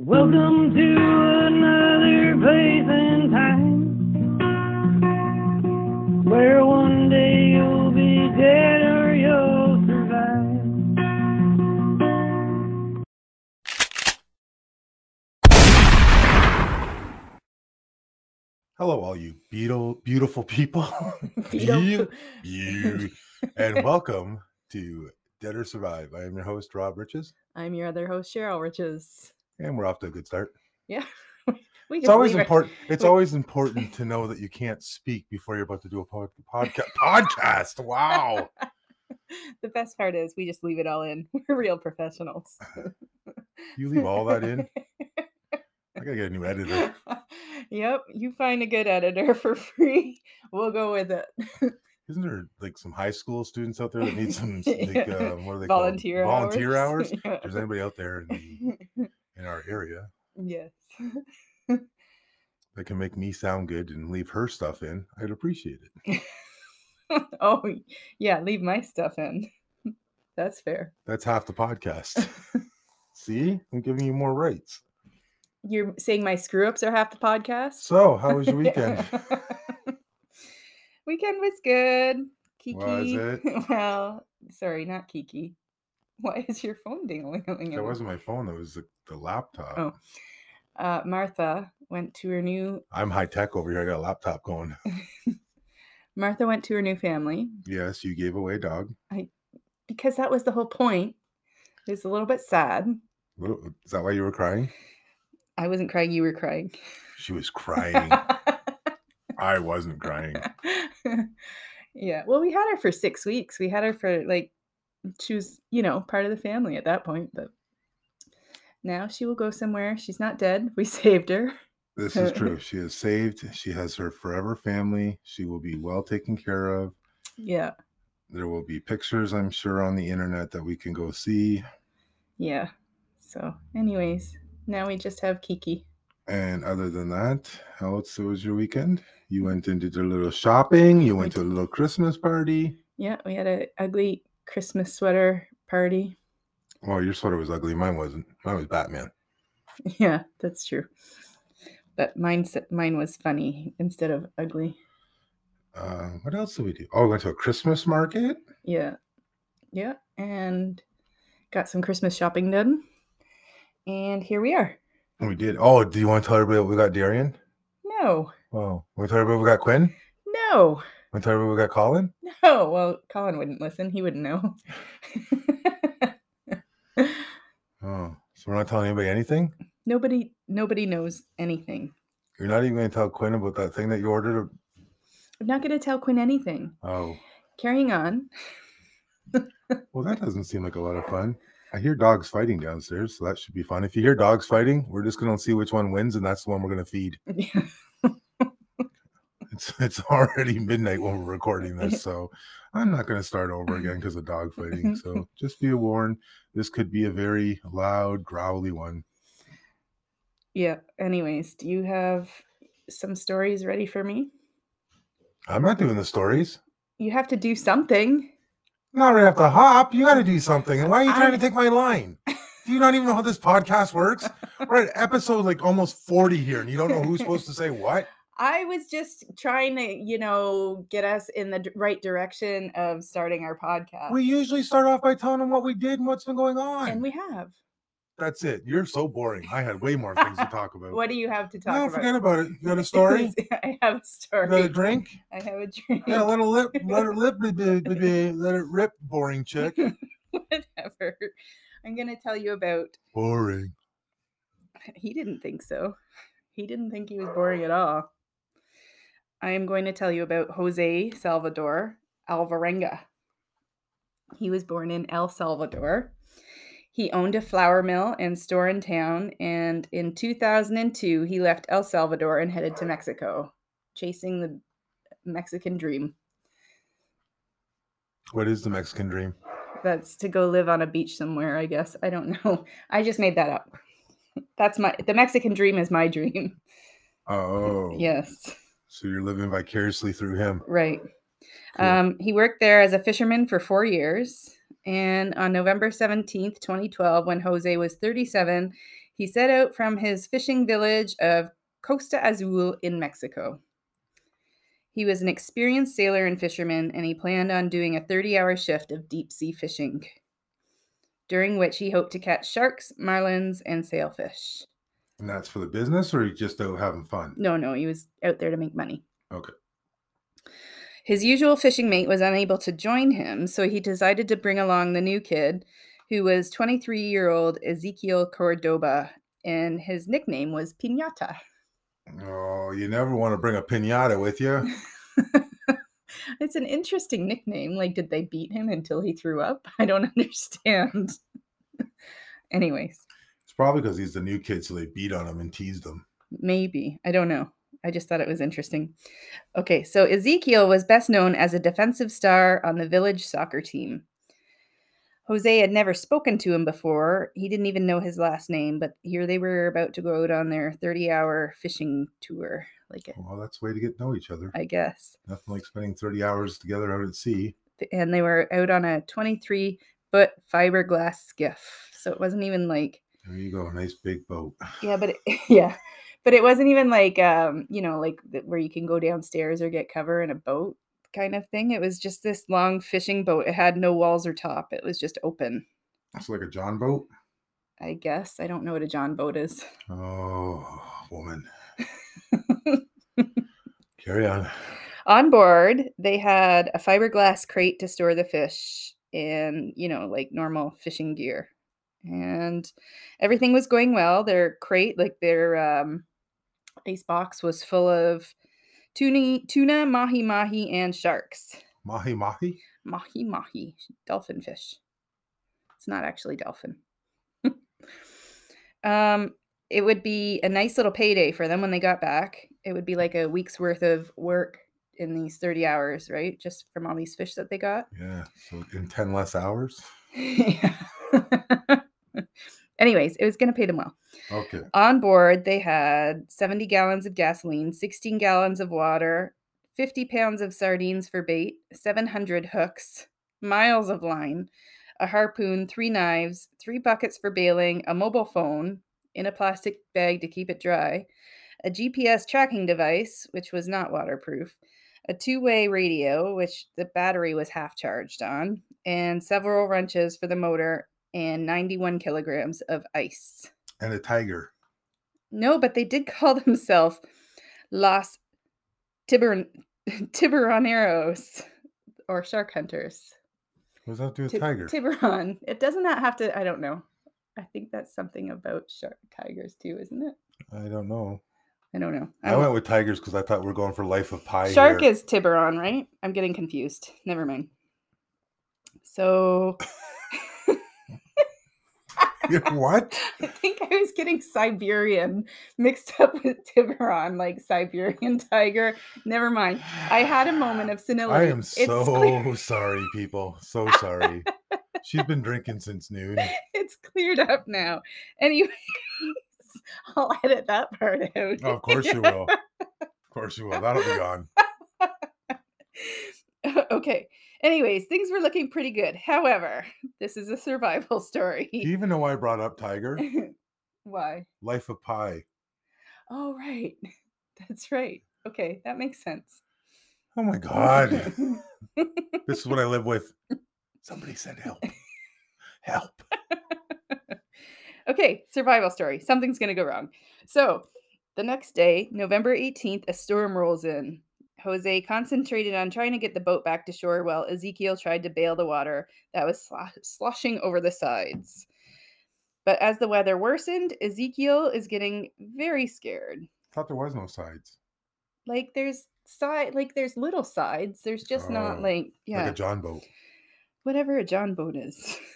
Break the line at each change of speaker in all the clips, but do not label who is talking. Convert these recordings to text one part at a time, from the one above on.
Welcome to another place and time where one day you'll be dead or you'll survive.
Hello, all you beetle, beautiful people.
Beetle-
you, you, and welcome to Dead or Survive. I am your host, Rob Riches,
I'm your other host, Cheryl Riches.
and we're off to a good start.
We
It's
just
always
leave it-
important. It's
we-
always important to know that you can't speak before you're about to do a pod, podcast. podcast. Wow.
the best part is we just leave it all in. We're real professionals.
You leave all that in. I gotta get a new editor.
yep, you find a good editor for free. We'll go with it.
Isn't there like some high school students out there that need some like,
Yeah.
um, what are they called?
Volunteer
volunteer hours?
Yeah.
If there's anybody out there in, the, in our area
yes.
that can make me sound good and leave her stuff in, I'd appreciate it.
oh, y- yeah, leave my stuff in. That's fair.
That's half the podcast. See, I'm giving you more rights.
You're saying my screw ups are half the podcast?
So, how was your weekend?
weekend was good. Kiki.
Was it?
well, sorry, not Kiki. Why is your phone dingling?
that wasn't my phone. That was the, the laptop.
Oh. Uh, Martha went to her new.
I'm high tech over here. I got a laptop going.
Martha went to her new family
yes, you gave away a dog.
because that was the whole point. It was a little bit sad.
Little- uh, Is that why you were crying?
I wasn't crying. You were crying.
She was crying. I wasn't crying.
yeah. Well, we had her for six weeks. We had her for like she was, you know, part of the family at that point, but now she will go somewhere. She's not dead. We saved her.
This is true. She is saved. She has her forever family. She will be well taken care of.
Yeah.
There will be pictures, I'm sure, on the internet that we can go see.
Yeah. So, anyways, now we just have Kiki.
And other than that, how else was your weekend? You went into the little shopping. You went to a little Christmas party.
Yeah, we had a ugly Christmas sweater party.
Well, your sweater was ugly. Mine wasn't. Mine was Batman.
Yeah, that's true. But mine s- mine was funny instead of ugly.
Uh, what else did we do? Oh, we went to a Christmas market.
Yeah. Yeah. And got some Christmas shopping done. And here we are.
We did. Oh, do you want to tell everybody what we got Darian?
No,
Wow. Want to tell everybody we got Quinn?
no,
Want to tell everybody we got Colin?
no. Well, Colin wouldn't listen. He wouldn't know.
Oh, so we're not telling anybody anything?
nobody, nobody knows anything.
You're not even going to tell Quinn about that thing that you ordered?
I'm not going to tell Quinn anything.
Oh,
Carrying on.
well, that doesn't seem like a lot of fun. I hear dogs fighting downstairs, so that should be fun. If you hear dogs fighting, we're just going to see which one wins, and that's the one we're going to feed. It's it's already midnight when we're recording this, so I'm not going to start over again because of dog fighting. So just be warned, this could be a very loud, growly one.
yeah. Anyways, do you have some stories ready for me?
I'm not doing the stories.
You have to do something.
Not right off the hop. You got to do something. And why are you trying
I-
to take my line? Do you not even know how this podcast works? We're at episode like almost 40 here, and you don't know who's supposed to say what.
I was just trying to, you know, get us in the d- right direction of starting our podcast.
We usually start off by telling them what we did and what's been going on.
and we have.
That's it. You're so boring. I had way more things to talk about.
What do you have to talk
no,
about?
forget about it. You got a story?
I
You
have a
got
story.
a drink?
I have a drink.
Yeah, let it lip, let it lip, be- be- be- be- let it rip, boring chick.
Whatever. I'm gonna tell you about.
Boring.
He didn't think so. He didn't think he was boring at all. I am going to tell you about Jose Salvador Alvarenga. He was born in El Salvador. He owned a flour mill and store in town, and in 2002, he left El Salvador and headed to Mexico, chasing the Mexican dream.
What is the Mexican dream?
That's to go live on a beach somewhere, I guess. I don't know. I just made that up. That's my the Mexican dream is my dream.
Oh,
Yes.
So you're living vicariously through him.
Right.
Cool.
Um, he worked there as a fisherman for four years. And on November 17th, 2012, when Jose was 37, He set out from his fishing village of Costa Azul in Mexico. He was an experienced sailor and fisherman, and he planned on doing a 30 hour shift of deep sea fishing, during which he hoped to catch sharks, marlins, and sailfish.
And that's for the business or you just out having fun?
No, no, he was out there to make money.
Okay.
His usual fishing mate was unable to join him, so he decided to bring along the new kid, who was 23 year old Ezekiel Cordoba, and his nickname was Pinata.
Oh, you never want to bring a pinata with you.
it's an interesting nickname. Like, did they beat him until he threw up? I don't understand. Anyways,
It's probably because he's the new kid, so they beat on him and teased him.
maybe. I don't know. I just thought it was interesting. Okay, so Ezekiel was best known as a defensive star on the village soccer team. Jose had never spoken to him before. He didn't even know his last name, but here they were about to go out on their 30 hour fishing tour, like,
Well, that's the way to get to know each other.
I guess.
Nothing like spending 30 hours together out at sea.
th- and they were out on a 23 foot fiberglass skiff. So it wasn't even like,
There you go. Nice big boat.
yeah, but it, yeah, but it wasn't even like, um, you know, like th- where you can go downstairs or get cover in a boat kind of thing. It was just this long fishing boat. It had no walls or top. It was just open,
It's like a John boat.
I guess. I don't know what a John boat is.
Oh, woman. Carry on.
on board they had a fiberglass crate to store the fish and you know like normal fishing gear and everything was going well their crate like their um, ice box was full of tuna tuna mahi mahi and sharks
Mahi Mahi?
mahi mahi dolphin fish it's not actually dolphin um it would be a nice little payday for them when they got back it would be like a week's worth of work in these 30 hours right just from all these fish that they got
Yeah. So in 10 less hours?
yeah anyways it was going to pay them well
Okay.
on board, they had 70 gallons of gasoline, 16 gallons of water, 50 pounds of sardines for bait, 700 hooks, miles of line, a harpoon, three knives, three buckets for bailing, a mobile phone in a plastic bag to keep it dry, a GPS tracking device, which was not waterproof, a two way radio, which the battery was half charged on, and several wrenches for the motor, and 91 kilograms of ice.
And a tiger.
No, but they did call themselves Los Tiburon Tiburoneros or shark hunters.
What does that do with
Tib-
tiger?
Tiburon. It doesn't that have to I don't know. I think that's something about shark tigers too, isn't it?
I don't know.
I don't know.
I
I'm-
went with tigers because I thought we are going for life of pie.
shark
here.
is Tiburon, right? I'm getting confused. Never mind. So
what?
I think I was getting Siberian mixed up with Tiburon, like Siberian tiger. Never mind. I had a moment of senility.
I am
It's
so
clear-
sorry, people. So sorry. She's been drinking since noon.
it's cleared up now. Anyways, I'll edit that part out.
Oh, of course you will. Of course you will. That'll be gone.
okay. Anyways, things were looking pretty good. However, this is a survival
Do you
story.
even know why I brought up tiger?
Why?
Life of pie.
Oh, right. That's right. Okay, that makes sense.
Oh my god. This is what I live with. Somebody send help. Help.
okay, survival story. Something's going to go wrong. So, the next day, November 18th, a storm rolls in. Jose concentrated on trying to get the boat back to shore while Ezekiel tried to bail the water that was slo- sloshing over the sides. But as the weather worsened, Ezekiel is getting very scared.
Thought there was no sides.
Like there's side like there's little sides. There's just
Oh,
not like yeah,
Like a John boat.
whatever a John boat is.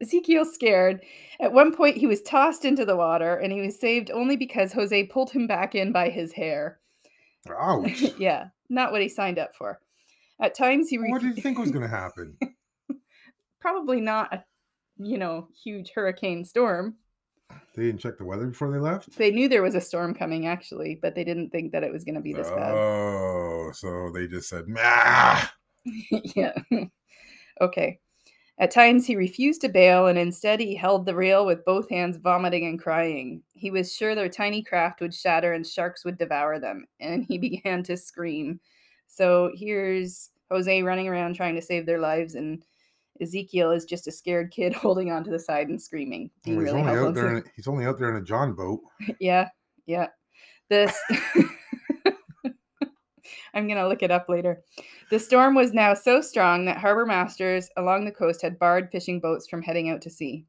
Ezekiel's scared. At one point, he was tossed into the water and he was saved only because Jose pulled him back in by his hair.
Ouch.
yeah, not what he signed up for. At times, he
What
refu-
did you think was gonna happen?
probably not a you know huge hurricane storm.
They didn't check the weather before they left?
They knew there was a storm coming actually, but they didn't think that it was going to be this bad.
Oh, so they just said, nah.
yeah. okay. At times, he refused to bail and instead he held the rail with both hands, vomiting and crying. He was sure their tiny craft would shatter and sharks would devour them, and he began to scream. So here's Jose running around trying to save their lives, and Ezekiel is just a scared kid holding onto the side and screaming.
Well,
Being
he's
really
only out
helpless.
there. In a, he's only out there in a John boat.
Yeah, yeah. This I'm gonna look it up later. The storm was now so strong that harbor masters along the coast had barred fishing boats from heading out to sea.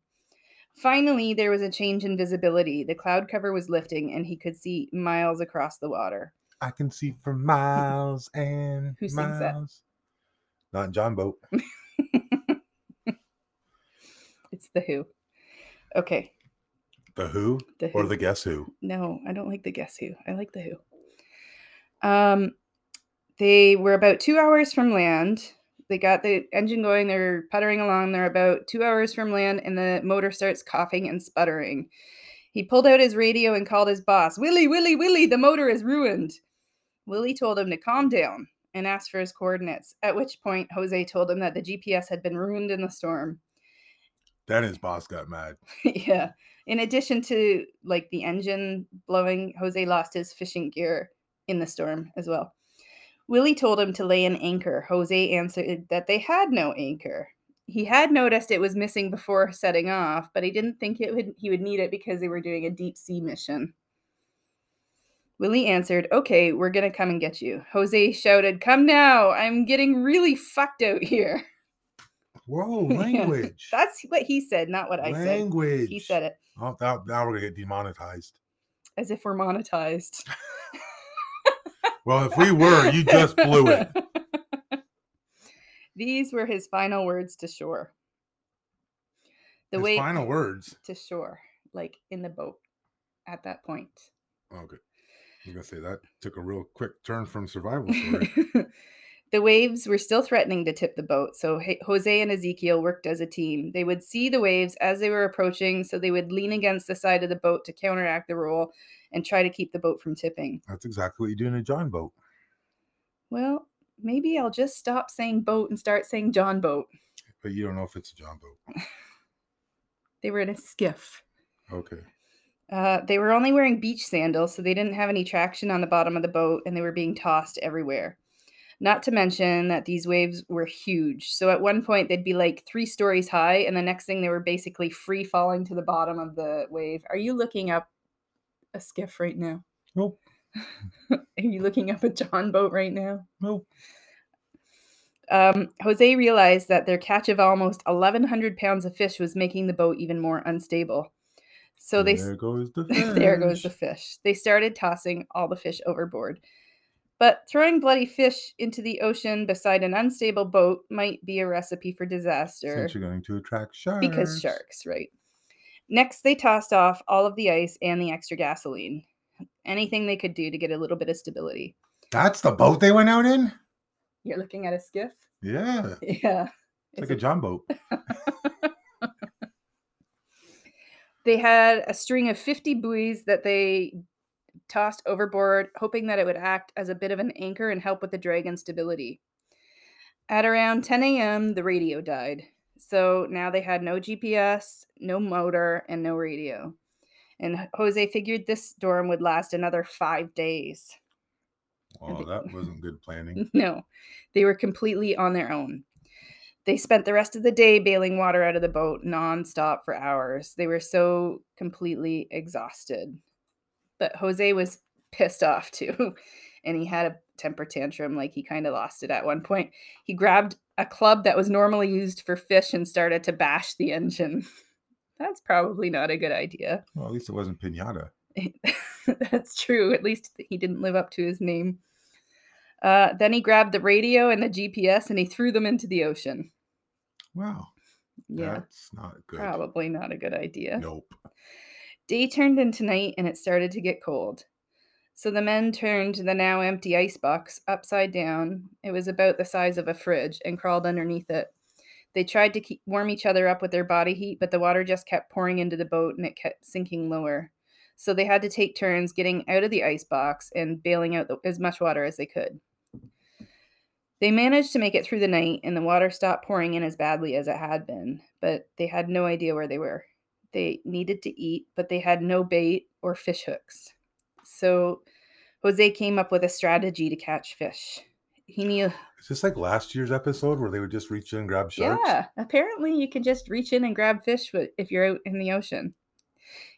Finally, there was a change in visibility. The cloud cover was lifting, and he could see miles across the water.
I can see for miles and
Who sings
miles.
that?
Not John boat.
It's the Who. Okay,
The Who
the Who.
or the Guess Who.
No, I don't like the Guess Who. I like the Who. Um, they were about two hours from land. They got the engine going. They're puttering along. They're about two hours from land, and the motor starts coughing and sputtering. He pulled out his radio and called his boss, Willie, Willie, Willie, the motor is ruined. Willie told him to calm down and asked for his coordinates, at which point Jose told him that the GPS had been ruined in the storm.
Then his boss got mad.
yeah. In addition to like the engine blowing, Jose lost his fishing gear in the storm as well. Willie told him to lay an anchor. Jose answered that they had no anchor. He had noticed it was missing before setting off, but he didn't think it would he would need it because they were doing a deep sea mission. Willie answered, "Okay, we're going to come and get you." Jose shouted, "Come now. I'm getting really fucked out here."
Whoa,
Yeah.
language.
That's what he said, not what I said.
language.
He said it.
Oh, now, now we're gonna get demonetized.
as if we're monetized.
Well, if we were, you just blew it.
These were his final words to shore. The
His
way
final words.
to shore, like in the boat at that point.
Oh, Okay. I'm gonna say that took a real quick turn from survival story.
the waves were still threatening to tip the boat, so H- Jose and Ezekiel worked as a team. They would see the waves as they were approaching, so they would lean against the side of the boat to counteract the roll and try to keep the boat from tipping.
That's exactly what you do in a John boat.
Well, maybe I'll just stop saying boat and start saying John boat.
But you don't know if it's a John boat.
They were in a skiff.
Okay.
Uh, they were only wearing beach sandals, so they didn't have any traction on the bottom of the boat and they were being tossed everywhere. Not to mention that these waves were huge. So at one point, they'd be like three stories high, and the next thing they were basically free falling to the bottom of the wave. Are you looking up a skiff right now?
Nope.
Are you looking up a John boat right now?
Nope.
Um, Jose realized that their catch of almost 1,100 pounds of fish was making the boat even more unstable. So they. s-
there goes the
there goes the
fish.
fish. They started tossing all the fish overboard. But throwing bloody fish into the ocean beside an unstable boat might be a recipe for disaster
Since you're going to attract sharks.
because sharks, right? Next, they tossed off all of the ice and the extra gasoline. Anything they could do to get a little bit of stability.
That's the boat they went out in?
You're looking at a skiff?
Yeah. It's
Yeah.
like
It's
a John boat.
they had a string of 50 buoys that they tossed overboard, hoping that it would act as a bit of an anchor and help with the drag and stability. At around 10 a.m., the radio died. So now they had no GPS, no motor, and no radio. And H- Jose figured this storm would last another five days.
Oh,
think-
that wasn't good planning.
No, they were completely on their own. They spent the rest of the day bailing water out of the boat nonstop for hours. They were so completely exhausted. But Jose was pissed off too, and he had a temper tantrum, like he kind of lost it at one point. He grabbed a club that was normally used for fish and started to bash the engine. That's probably not a good idea.
Well, at least it wasn't pinata.
That's true. At least th- he didn't live up to his name. Uh, then he grabbed the radio and the GPS and he threw them into the ocean.
Wow.
Yeah,
That's not good.
probably not a good idea.
Nope.
Day turned into night and it started to get cold. So the men turned the now empty icebox upside down. It was about the size of a fridge and crawled underneath it. They tried to keep warm each other up with their body heat, but the water just kept pouring into the boat and it kept sinking lower. So they had to take turns getting out of the icebox and bailing out the, as much water as they could. They managed to make it through the night, and the water stopped pouring in as badly as it had been, but they had no idea where they were. They needed to eat, but they had no bait or fish hooks. So Jose came up with a strategy to catch fish. He knew,
Is this like last year's episode where they would just reach in and grab sharks?
yeah, apparently you can just reach in and grab fish wi- if you're out in the ocean.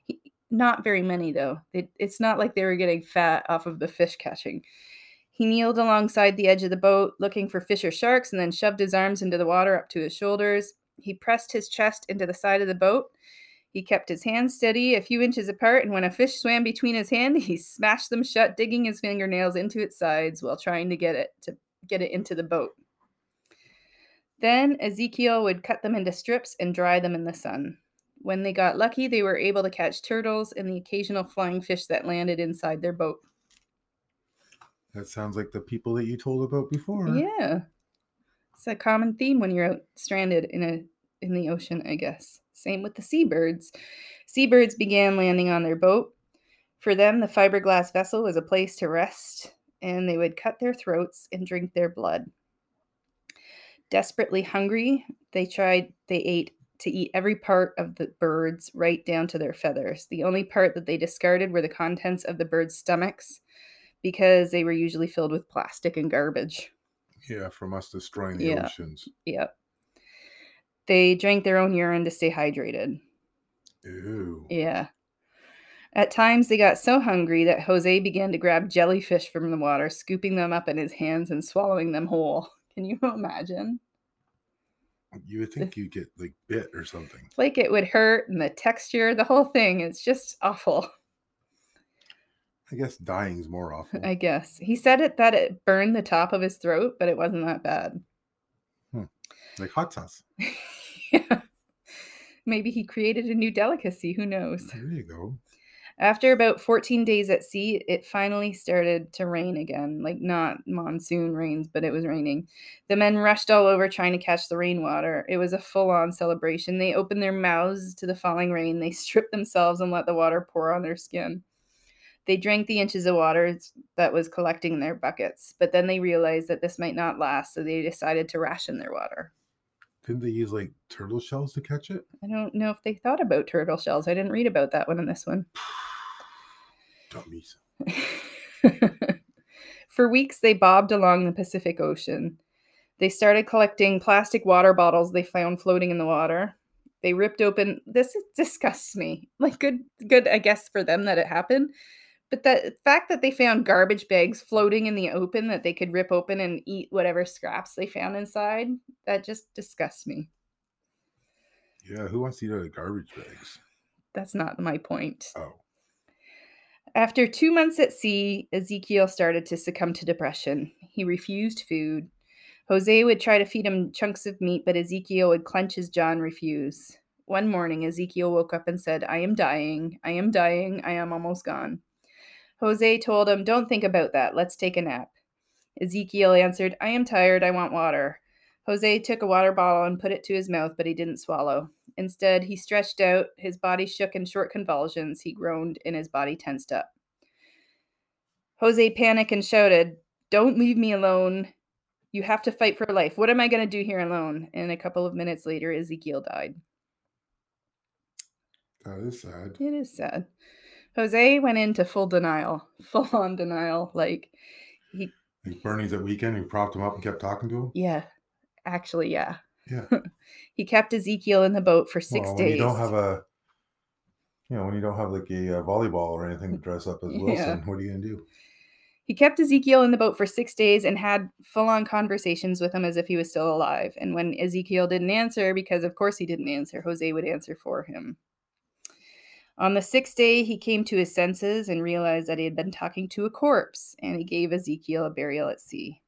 He, not very many, though. It, it's not like they were getting fat off of the fish catching. He kneeled alongside the edge of the boat, looking for fish or sharks, and then shoved his arms into the water up to his shoulders. He pressed his chest into the side of the boat. He kept his hands steady a few inches apart, and when a fish swam between his hand, he smashed them shut, digging his fingernails into its sides while trying to get it to get it into the boat. Then Ezekiel would cut them into strips and dry them in the sun. When they got lucky, they were able to catch turtles and the occasional flying fish that landed inside their boat.
That sounds like the people that you told about before.
Yeah. It's a common theme when you're out stranded in a in the ocean, I guess. Same with the seabirds. Seabirds began landing on their boat. For them, the fiberglass vessel was a place to rest, and they would cut their throats and drink their blood. Desperately hungry, they tried they ate to eat every part of the birds right down to their feathers. The only part that they discarded were the contents of the birds' stomachs because they were usually filled with plastic and garbage.
Yeah, from us destroying the
Yeah.
oceans.
Yep. They drank their own urine to stay hydrated.
Ew.
Yeah. At times, they got so hungry that Jose began to grab jellyfish from the water, scooping them up in his hands and swallowing them whole. Can you imagine?
You would think you'd get like bit or something.
Like it would hurt and the texture, the whole thing. It's just awful,
I guess dying's more awful.
I guess. He said it that it burned the top of his throat, but it wasn't that bad.
like hot sauce.
yeah. Maybe he created a new delicacy. Who knows?
There you go.
After about 14 days at sea, it finally started to rain again. Like, not monsoon rains, but it was raining. The men rushed all over trying to catch the rainwater. It was a full on celebration. They opened their mouths to the falling rain, they stripped themselves and let the water pour on their skin. They drank the inches of water that was collecting in their buckets, but then they realized that this might not last, so they decided to ration their water.
Didn't they use like turtle shells to catch it?
I don't know if they thought about turtle shells. I didn't read about that one in this one.
Dummies.
For weeks, they bobbed along the Pacific Ocean. They started collecting plastic water bottles they found floating in the water. They ripped open. This is- disgusts me. Like good, good, I guess for them that it happened, but the fact that they found garbage bags floating in the open that they could rip open and eat whatever scraps they found inside, that just disgusts me.
Yeah, who wants to eat out of garbage bags?
That's not my point.
Oh,
After two months at sea, Ezekiel started to succumb to depression. He refused food. Jose would try to feed him chunks of meat, but Ezekiel would clench his jaw and refuse. One morning, Ezekiel woke up and said, I am dying. I am dying. I am almost gone. Jose told him, Don't think about that. Let's take a nap. Ezekiel answered, I am tired. I want water. Jose took a water bottle and put it to his mouth, but he didn't swallow. Instead, he stretched out, his body shook in short convulsions, he groaned, and his body tensed up. Jose panicked and shouted, Don't leave me alone. You have to fight for life. What am I going to do here alone? And a couple of minutes later, Ezekiel died.
that is sad.
It is sad. Jose went into full denial, full on denial. Like,
Like Bernie's that weekend, we propped him up and kept talking to him.
yeah, actually, yeah.
Yeah.
he kept Ezekiel in the boat for six
well, when
days.
you don't have a, you know, when you don't have like a, uh volleyball or anything to dress up as
Yeah.
Wilson, what are you gonna do?
He kept Ezekiel in the boat for six days and had full on conversations with him as if he was still alive. And when Ezekiel didn't answer, because of course he didn't answer, Jose would answer for him. On the sixth day, he came to his senses and realized that he had been talking to a corpse, and he gave Ezekiel a burial at sea.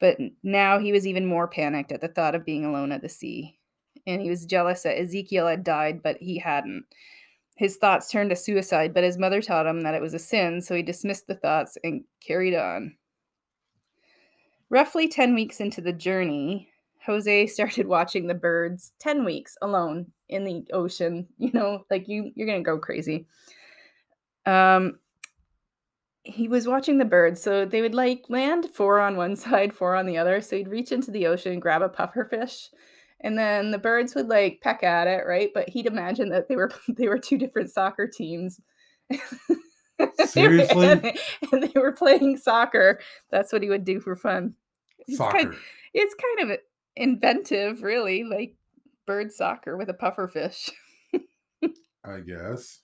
But n- now he was even more panicked at the thought of being alone at the sea. And he was jealous that Ezekiel had died, but he hadn't. His thoughts turned to suicide, but his mother taught him that it was a sin, so he dismissed the thoughts and carried on. Roughly 10 weeks into the journey, Jose started watching the birds 10 weeks alone in the ocean. You know, like you you're going to go crazy. Um he was watching the birds. So they would like land four on one side, four on the other. So he'd reach into the ocean, grab a pufferfish, and then the birds would like peck at it, right? But he'd imagine that they were they were two different soccer teams. They were-
Seriously?
and, they, and they were playing soccer. That's what he would do for fun. It's kind,
Soccer.
it's kind of inventive, really, like bird soccer with a pufferfish.
I guess.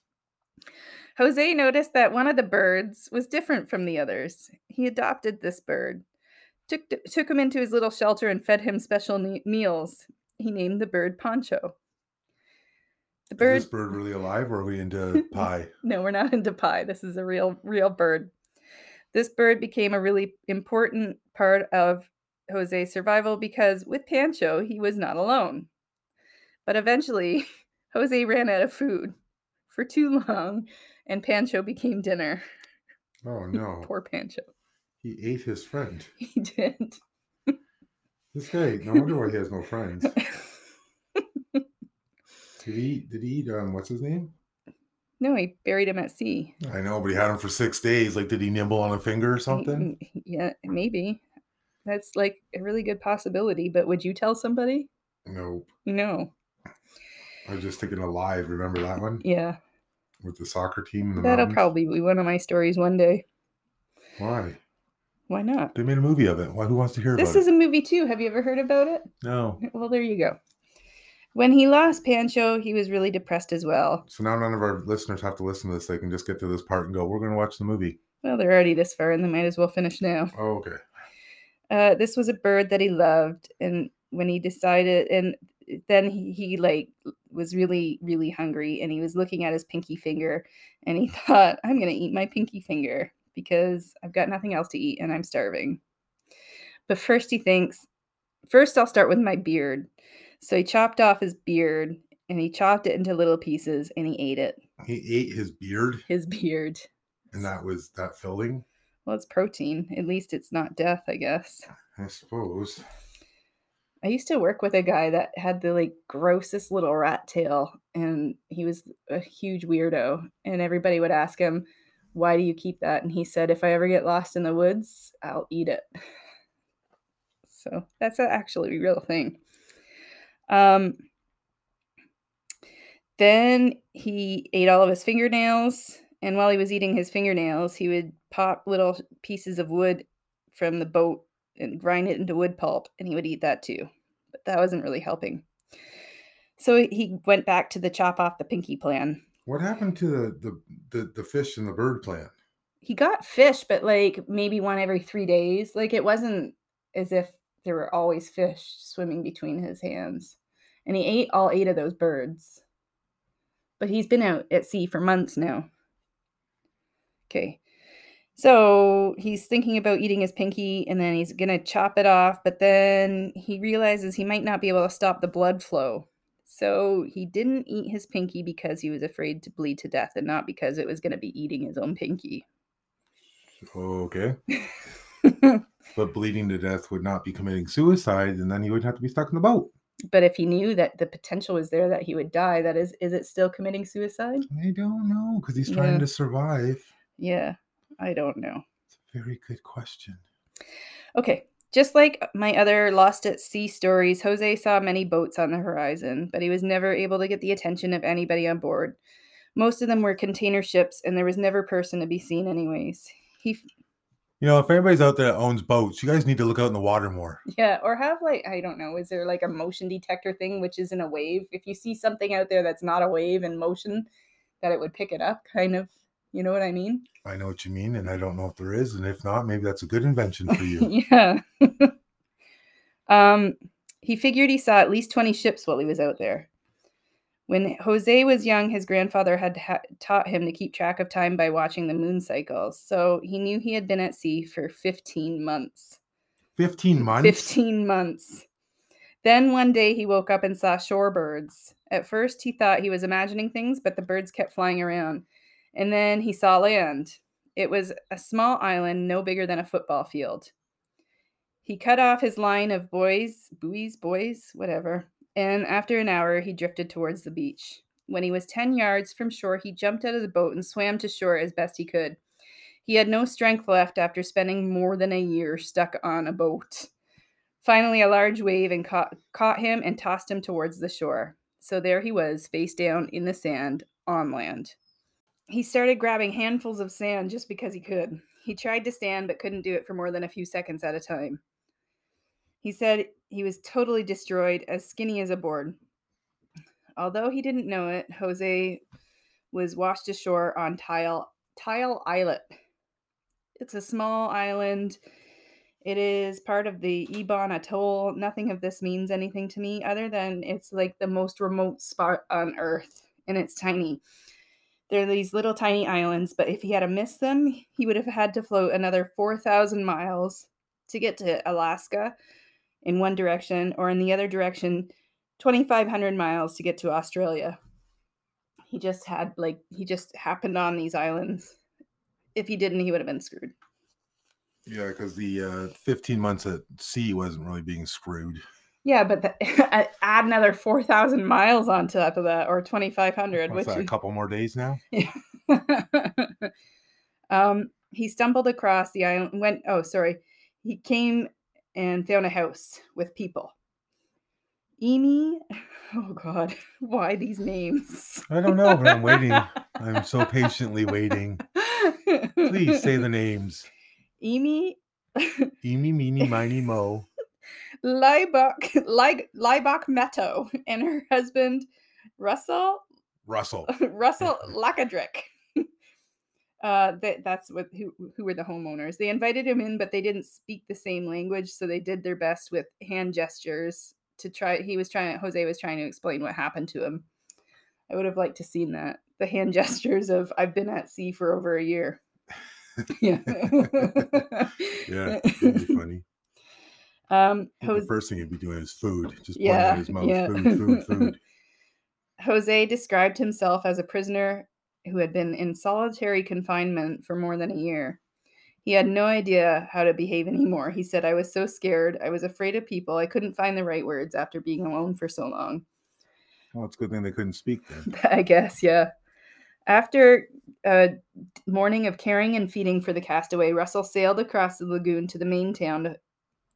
Jose noticed that one of the birds was different from the others. He adopted this bird, took, t- took him into his little shelter, and fed him special ne- meals. He named the bird Poncho. The bird.
Is this bird really alive or are we into pie?
No, we're not into pie. This is a real, real bird. This bird became a really important part of Jose's survival because with Pancho, he was not alone. But eventually, Jose ran out of food for too long, and Pancho became dinner.
Oh no.
Poor Pancho.
He ate his friend.
He did.
This guy, no wonder why he has no friends. Did he did he eat um what's his name?
no, he buried him at sea.
I know, but he had him for six days. Like did he nibble on a finger or
Y-
something?
y- Yeah, maybe. That's like a really good possibility, but would you tell somebody?
Nope.
No.
I was just thinking alive, remember that one?
Yeah.
With the soccer team in the
That'll
mountains?
probably be one of my stories one day.
Why?
Why not?
They made a movie of it. Why who wants to hear
This
about
is a movie too. Have you ever heard about it?
it? No.
Well, there you go. When he lost Pancho, he was really depressed as well.
So now none of our listeners have to listen to this. They can just get to this part and go, We're gonna watch the movie.
Well, they're already this far and they might as well finish now.
Oh, okay.
Uh, this was a bird that he loved. And when he decided, and then he, he like was really, really hungry and he was looking at his pinky finger and he thought, I'm going to eat my pinky finger because I've got nothing else to eat and I'm starving. But first he thinks, first I'll start with my beard. So he chopped off his beard and he chopped it into little pieces and he ate it.
He ate his beard
His beard.
and that was that filling,
Well, it's protein. At least it's not death, I guess.
I suppose.
I used to work with a guy that had the like grossest little rat tail, and he was a huge weirdo. And everybody would ask him, "Why do you keep that?" And he said, "If I ever get lost in the woods, I'll eat it." So that's a- actually a real thing. Um, then he ate all of his fingernails, and while he was eating his fingernails, he would pop little pieces of wood from the boat and grind it into wood pulp, and he would eat that too. But that wasn't really helping. So he- he went back to the chop off the pinky plan.
What happened to the the the, the fish and the bird plant?
He got fish, but like maybe one every three days. Like it wasn't as if there were always fish swimming between his hands. And he ate all eight of those birds. But he's been out at sea for months now. Okay. So he's thinking about eating his pinky and then he's going to chop it off, but then he realizes he might not be able to stop the blood flow. So he didn't eat his pinky because he was afraid to bleed to death and not because it was going to be eating his own pinky.
Okay. But bleeding to death would not be committing suicide, and then he would have to be stuck in the boat.
but if he knew that the potential was there that he would die, that is, is it still committing suicide?
I don't know because he's trying
Yeah.
to survive.
Yeah, I don't know.
It's a very good question.
Okay. Just like my other Lost at Sea stories, Jose saw many boats on the horizon, but he was never able to get the attention of anybody on board. Most of them were container ships, and there was never a person to be seen, anyways. He, f-
You know, if anybody's out there that owns boats, you guys need to look out in the water more.
yeah, or have like, I don't know, is there like a motion detector thing, which isn't a wave? If you see something out there that's not a wave in motion, that it would pick it up, kind of. You know what I mean?
I know what you mean, and I don't know if there is, and if not, maybe that's a good invention for you.
yeah. um, he figured he saw at least 20 ships while he was out there. When Jose was young, his grandfather had ha- taught him to keep track of time by watching the moon cycles. So he knew he had been at sea for 15 months.
Fifteen months.
15 months. Then one day he woke up and saw shorebirds. At first he thought he was imagining things, but the birds kept flying around. And then he saw land. It was a small island no bigger than a football field. He cut off his line of boys, buoys, boys, whatever, and after an hour he drifted towards the beach. When he was 10 yards from shore, he jumped out of the boat and swam to shore as best he could. He had no strength left after spending more than a year stuck on a boat. Finally, a large wave and caught, caught him and tossed him towards the shore. So there he was, face down in the sand on land. He started grabbing handfuls of sand just because he could. He tried to stand but couldn't do it for more than a few seconds at a time. He said he was totally destroyed, as skinny as a board. Although he didn't know it, Jose was washed ashore on Tile Tile Islet. It's a small island. It is part of the Ebon Atoll. Nothing of this means anything to me other than it's like the most remote spot on Earth, and it's tiny. They're these little tiny islands, but if he had missed them, he would have had to float another 4,000 miles to get to Alaska in one direction, or in the other direction, 2,500 miles to get to Australia. He just had, like, he just happened on these islands. If he didn't, he would have been screwed.
Yeah, because the uh, 15 months at sea wasn't really being screwed.
Yeah, but the, add another 4,000 miles on top of that, or 2,500,
What's
which
that, a
is.
couple more days now?
um, he stumbled across the island. Went. Oh, sorry. He came and found a house with people. Emi. Oh God. Why these names?
I don't know, but I'm waiting. I'm so patiently waiting. Please say the names.
Emi.
Eeny, meeny, miny, mo.
Leibach. Leib, Leibach Meto and her husband Russell
Russell.
Russell Lakadrick. Uh, that that's what who who were the homeowners. They invited him in, but they didn't speak the same language, so they did their best with hand gestures to try. He was trying. Jose was trying to explain what happened to him. I would have liked to seen that the hand gestures of I've been at sea for over a year. Yeah.
Yeah, that'd be funny.
Um,
I think
Jose,
The first thing he'd be doing is food. Just pointing
Yeah,
at his mouth.
yeah.
Food, food, food.
Jose described himself as a prisoner who had been in solitary confinement for more than a year. He had no idea how to behave anymore. He said, I was so scared. I was afraid of people. I couldn't find the right words after being alone for so long.
Well, it's a good thing they couldn't speak then.
I guess, yeah. After a morning of caring and feeding for the castaway, Russell sailed across the lagoon to the main town to-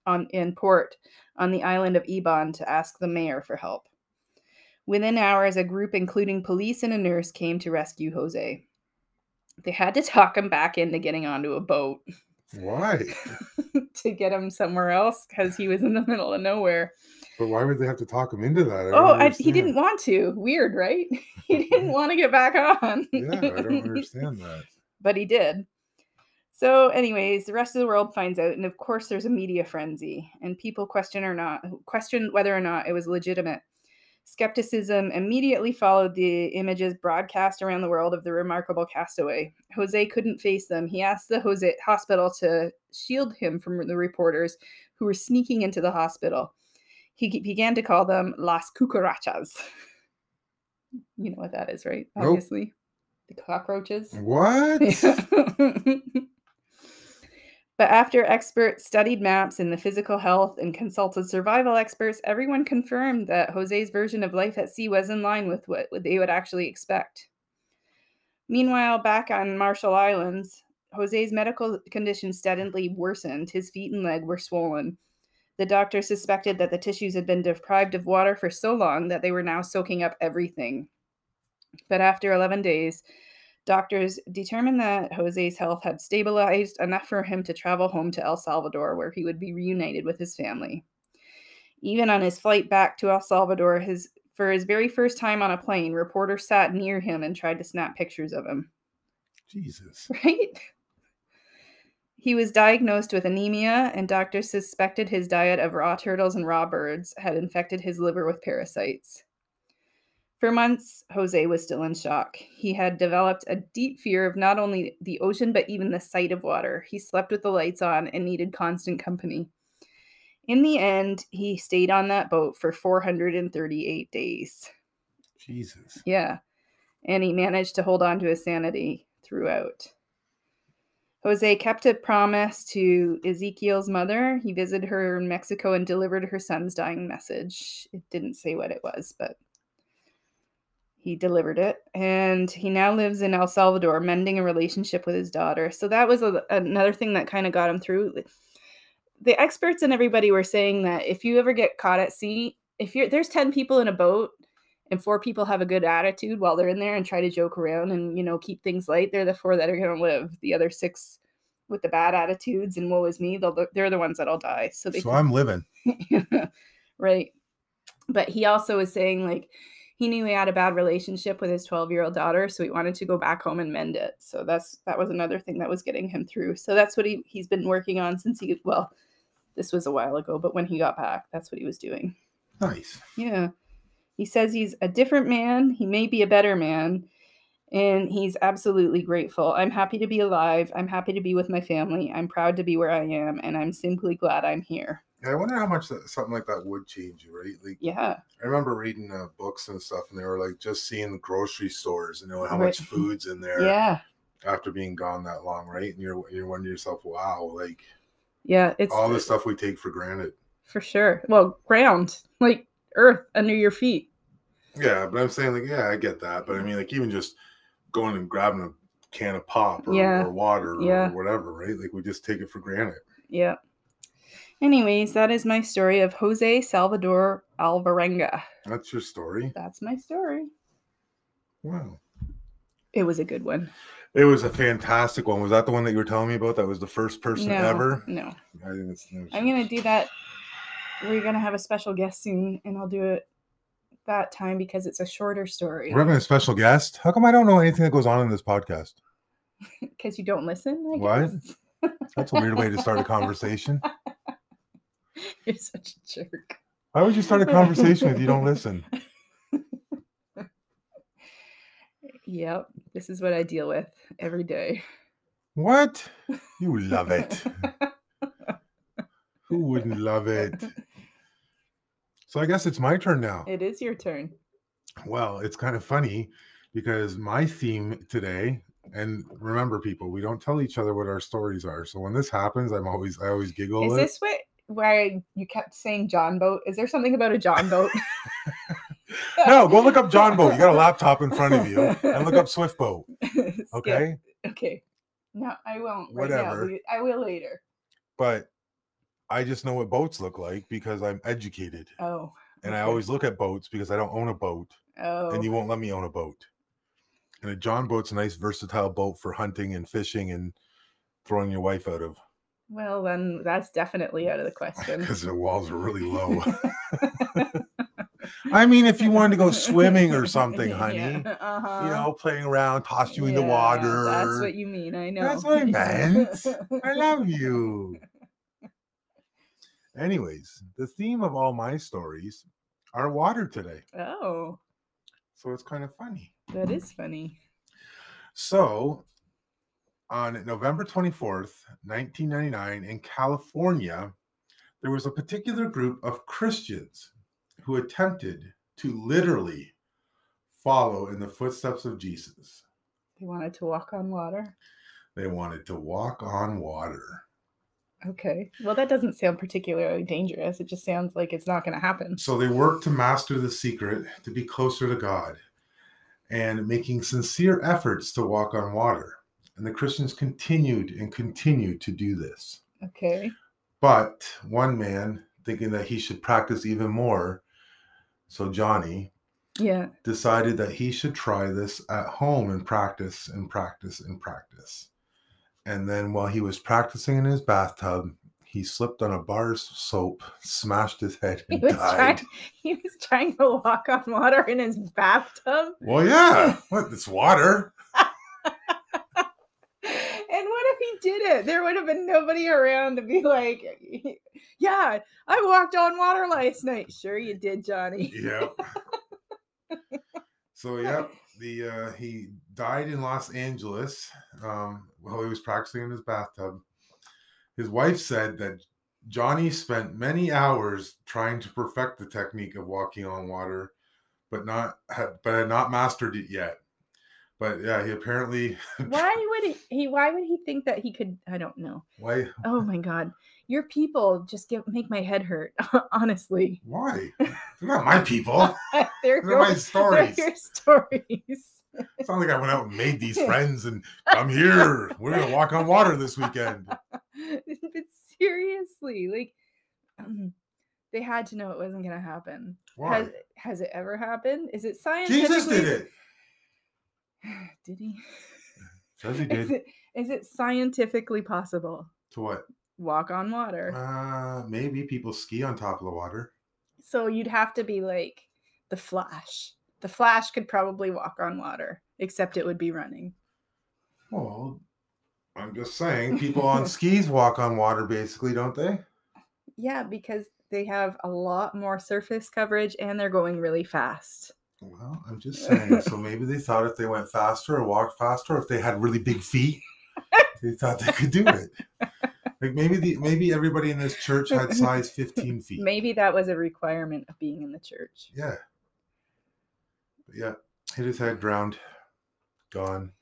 on, in port on the island of Ebon to ask the mayor for help. Within hours, a group including police and a nurse came to rescue Jose. They had to talk him back into getting onto a boat
Why?
to get him somewhere else because he was in the middle of nowhere.
But why would they have to talk him into that? I don't
Oh, I, he
understand.
didn't want to. Weird, right? He didn't want to get back on.
Yeah, I don't understand that.
but he did. So, anyways, the rest of the world finds out, and of course, there's a media frenzy, and people question or not question whether or not it was legitimate. Skepticism immediately followed the images broadcast around the world of the remarkable castaway. Jose couldn't face them. He asked the Jose hospital to shield him from the reporters who were sneaking into the hospital. He g- began to call them las cucarachas. You know what that is, right?
Nope.
Obviously, the cockroaches.
What?
but after experts studied maps and the physical health and consulted survival experts, everyone confirmed that Jose's version of life at sea was in line with what they would actually expect. Meanwhile, back on Marshall Islands, Jose's medical condition steadily worsened. His feet and leg were swollen. The doctor suspected that the tissues had been deprived of water for so long that they were now soaking up everything. But after 11 days, doctors determined that Jose's health had stabilized enough for him to travel home to El Salvador, where he would be reunited with his family. Even on his flight back to El Salvador, his for his very first time on a plane, reporters sat near him and tried to snap pictures of him.
Jesus.
Right? He was diagnosed with anemia, and doctors suspected his diet of raw turtles and raw birds had infected his liver with parasites. For months, Jose was still in shock. He had developed a deep fear of not only the ocean, but even the sight of water. He slept with the lights on and needed constant company. In the end, he stayed on that boat for 438 days.
Jesus.
Yeah. And he managed to hold on to his sanity throughout. Jose kept a promise to Ezekiel's mother. He visited her in Mexico and delivered her son's dying message. It didn't say what it was, but He delivered it, and he now lives in El Salvador, mending a relationship with his daughter. So that was a, another thing that kind of got him through. The experts and everybody were saying that if you ever get caught at sea, if you're there's ten people in a boat and four people have a good attitude while they're in there and try to joke around and you know keep things light, they're the four that are going to live. The other six with the bad attitudes and woe is me, they'll, they're the ones that'll die. So they
So I'm living.
right. But he also was saying like he knew he had a bad relationship with his 12 year old daughter, so he wanted to go back home and mend it. So that's that was another thing that was getting him through. So that's what he he's been working on since he well, this was a while ago, but when he got back, that's what he was doing.
Nice.
Yeah. He says he's a different man. He may be a better man. And he's absolutely grateful. I'm happy to be alive. I'm happy to be with my family. I'm proud to be where I am. And I'm simply glad I'm here.
Yeah, I wonder how much that, something like that would change you, right? Like
Yeah.
I remember reading uh, books and stuff, and they were like just seeing the grocery stores and knowing how
Right.
much food's in there
Yeah.
after being gone that long, right? And you're you're wondering to yourself, wow, like
Yeah. It's
all the stuff we take for granted.
for sure. Well, ground, like earth under your feet.
Yeah, but I'm saying like, yeah, I get that, but I mean, like even just going and grabbing a can of pop or,
Yeah.
or water
Yeah.
or whatever, right? Like we just take it for granted.
Yeah. Anyways, that is my story of Jose Salvador Alvarenga.
That's your story.
That's my story.
Wow.
It was a good one.
It was a fantastic one. Was that the one that you were telling me about? That was the first person
no,
ever.
No.
I think it's, it was-
I'm gonna do that. We're gonna have a special guest soon, and I'll do it that time because it's a shorter story.
We're having a special guest. How come I don't know anything that goes on in this podcast?
Because you don't listen. I
What?
guess.
That's a weird way to start a conversation.
You're such a jerk.
Why would you start a conversation if you don't listen?
Yep. This is what I deal with every day.
What? You love it. Who wouldn't love it? So I guess it's my turn now.
It is your turn.
Well, it's kind of funny because my theme today, and remember, people, we don't tell each other what our stories are. So when this happens, I'm always I always giggle.
Is
at-
this what why you kept saying John boat? Is there something about a John boat?
No, go look up John Boat. You got a laptop in front of you, and look up Swift Boat.
Skip.
Okay.
Okay. No, I won't.
Whatever.
Right now. I will later.
but I just know what boats look like because I'm educated.
Oh.
And I
okay.
always look at boats because I don't own a boat
Oh.
and you won't let me own a boat. And a John boat's a nice versatile boat for hunting and fishing and throwing your wife out of
Well, then that's definitely out of the question.
because the walls are really low. I mean, if you wanted to go swimming or something, honey,
uh
you know, playing around, toss you in the water.
That's what you mean. I know.
That's what I meant. I love you. Anyways, the theme of all my stories are water today.
Oh,
So it's kind of funny.
that is funny.
So on November 24th, 1999, in California, there was a particular group of Christians who attempted to literally follow in the footsteps of Jesus.
They wanted to walk on water.
They wanted to walk on water.
Okay. Well, that doesn't sound particularly dangerous. It just sounds like it's not going to happen.
So they work to master the secret to be closer to God and making sincere efforts to walk on water. And the Christians continued and continued to do this.
Okay.
But one man, thinking that he should practice even more, so Johnny
Yeah.
decided that he should try this at home and practice and practice and practice. And then while he was practicing in his bathtub, he slipped on a bar of soap, smashed his head,
He
and
was
died.
trying. He was trying to walk on water in his bathtub.
Well, yeah. What? It's water.
And what if he did it? There would have been nobody around to be like, "Yeah, I walked on water last night." Sure, you did, Johnny.
Yep. so, yep. The uh, he died in Los Angeles um, while he was practicing in his bathtub. His wife said that Johnny spent many hours trying to perfect the technique of walking on water, but not had, but had not mastered it yet. But yeah, he apparently
Why would he? Why would he think that he could? I don't know.
why
Oh my god, Your people just give, make my head hurt, honestly.
Why? They're not my people.
they're
They're my
your-
stories.
They're your stories.
It's not like I went out and made these friends and I'm here. We're gonna walk on water this weekend.
but seriously, like they had to know it wasn't gonna happen.
Why?
Has, has it ever happened? Is it science?
Jesus did it.
Did he?
Says he
Is
did.
it, is it scientifically possible?
To what?
Walk on water.
Uh, maybe people ski on top of the water.
So you'd have to be like the Flash. The Flash could probably walk on water, except it would be running.
Well, I'm just saying, people on skis walk on water, basically, don't they?
Yeah, because they have a lot more surface coverage and they're going really fast.
Well, I'm just saying. So maybe they thought if they went faster or walked faster, if they had really big feet, they thought they could do it. Like maybe the maybe everybody in this church had size 15 feet.
Maybe that was a requirement of being in the church.
Yeah. But yeah. Hit his head, drowned, gone.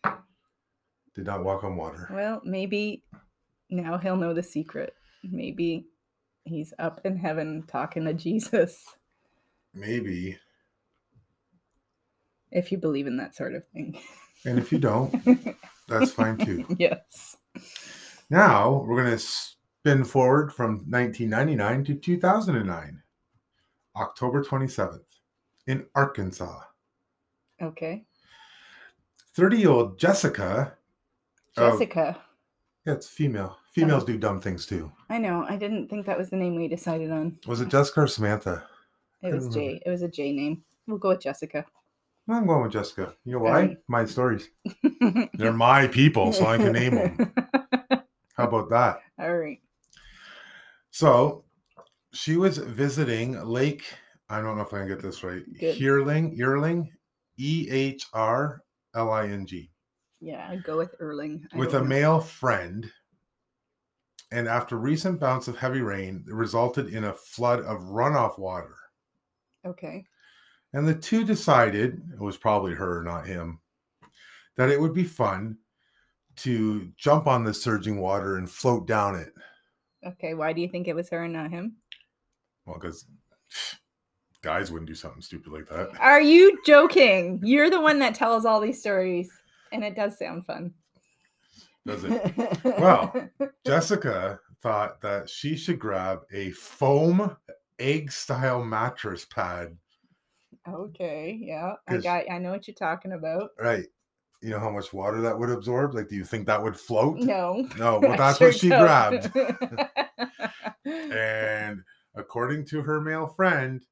Did not walk on water.
Well, maybe now he'll know the secret. Maybe he's up in heaven talking to Jesus,
Maybe.
if you believe in that sort of thing.
And if you don't, that's fine too.
yes.
Now we're gonna spin forward from 1999 to 2009, October 27th, in Arkansas.
Okay.
30 year old Jessica. Oh.
Jessica.
Yeah, it's female. Females do dumb things too.
I know. I didn't think that was the name we decided on.
Was it Jessica or Samantha?
It
Couldn't
was
remember.
J. It was a J name. We'll go with Jessica.
No, I'm going with Jessica. You know why?
Alright.
My stories. They're my people, so I can name them. How about that?
All right.
So she was visiting Lake, I don't know if I can get this right.
Good.
Heerling, Earling, E H R L I N G,
Yeah, I'd go with Erling. I
with a
don't know.
male friend. And after recent bouts of heavy rain, it resulted in a flood of runoff water.
Okay.
And the two decided, it was probably her, not him, that it would be fun to jump on the surging water and float down it.
Okay. Why do you think it was her and not him?
Well, because guys wouldn't do something stupid like that.
Are you joking? You're the one that tells all these stories, and it does sound fun.
Does it? Well. Jessica thought that she should grab a foam egg style mattress pad.
okay. Yeah. I
'Cause-
got. I know what you're talking about.
Right. You know how much water that would absorb? Like, do you think that would float?
No.
No, well,
I
that's
sure
what she
don't.
grabbed. Eh. And according to her male friend,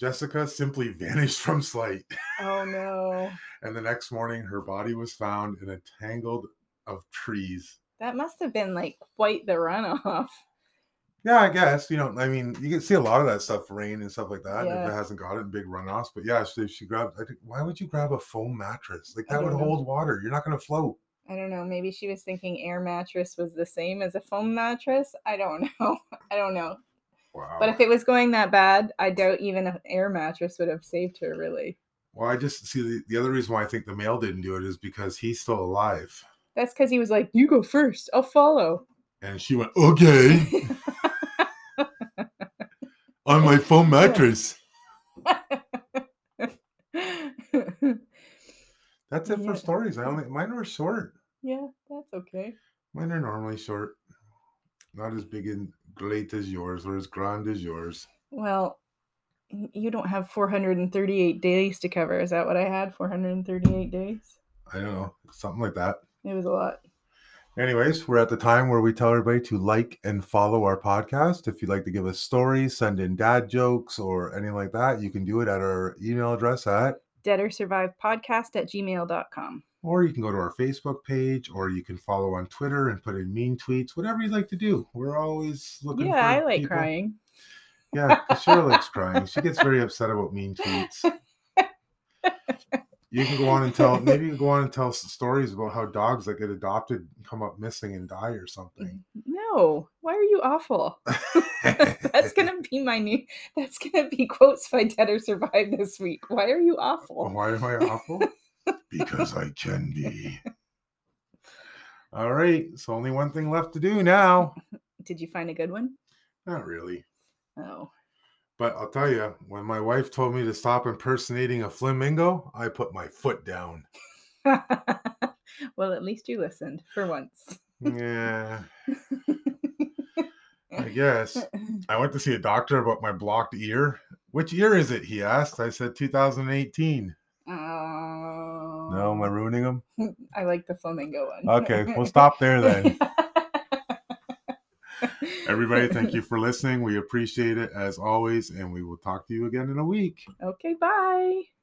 Jessica simply vanished from sight.
oh no.
And the next morning, her body was found in a tangled of trees.
That must have been like quite the runoff.
Yeah, I guess you know. I mean, you can see a lot of that stuff, rain and stuff like that. If
Yeah.
it hasn't got it in big runoffs, but yeah, so she grabbed. I think, why would you grab a foam mattress? Like
I
that would
don't know.
hold water. You're not going to float.
I don't know. Maybe she was thinking air mattress was the same as a foam mattress. I don't know. I don't know.
Wow.
But if it was going that bad, I doubt even an air mattress would have saved her, really.
well, I just see the, the other reason why I think the male didn't do it is because he's still alive,
That's because he was like, You go first, I'll follow.
and she went okay on my foam mattress. That's it
Yeah.
for stories. I only mine were short.
yeah, that's okay.
Mine are normally short, not as big and great as yours, or as grand as yours.
Well, y- you don't have 438 days to cover. Is that what I had? 438 days?
I don't know, something like that.
It was a lot.
Anyways, we're at the time where we tell everybody to like and follow our podcast. If you'd like to give us stories, send in dad jokes, or anything like that, you can do it at our email address at,
Dead or Survive Podcast at gmail.com.
or you can go to our Facebook page, or you can follow on Twitter and put in mean tweets, whatever you'd like to do. We're always looking.
Yeah,
for
I like
people.
crying.
Yeah, 'cause Cheryl likes crying. She gets very upset about mean tweets. You can go on and tell maybe you can go on and tell s- stories about how dogs that get adopted come up missing and die or something.
No, why are you awful? that's gonna be my new. That's gonna be quotes by Dead or Survive this week. Why are you awful?
Why am I awful? because I can be. All right, so only one thing left to do now.
Did you find a good one?
Not really.
Oh,
But I'll tell you, when my wife told me to stop impersonating a flamingo, I put my foot down.
well, at least you listened for once.
yeah, I guess. I went to see a doctor about my blocked ear. Which ear is it? He asked. I said 2018.
Oh.
No, am I ruining him?
I like the flamingo one.
Okay, we'll stop there then. Everybody, thank you for listening. We appreciate it as always, and we will talk to you again in a week.
Okay, bye.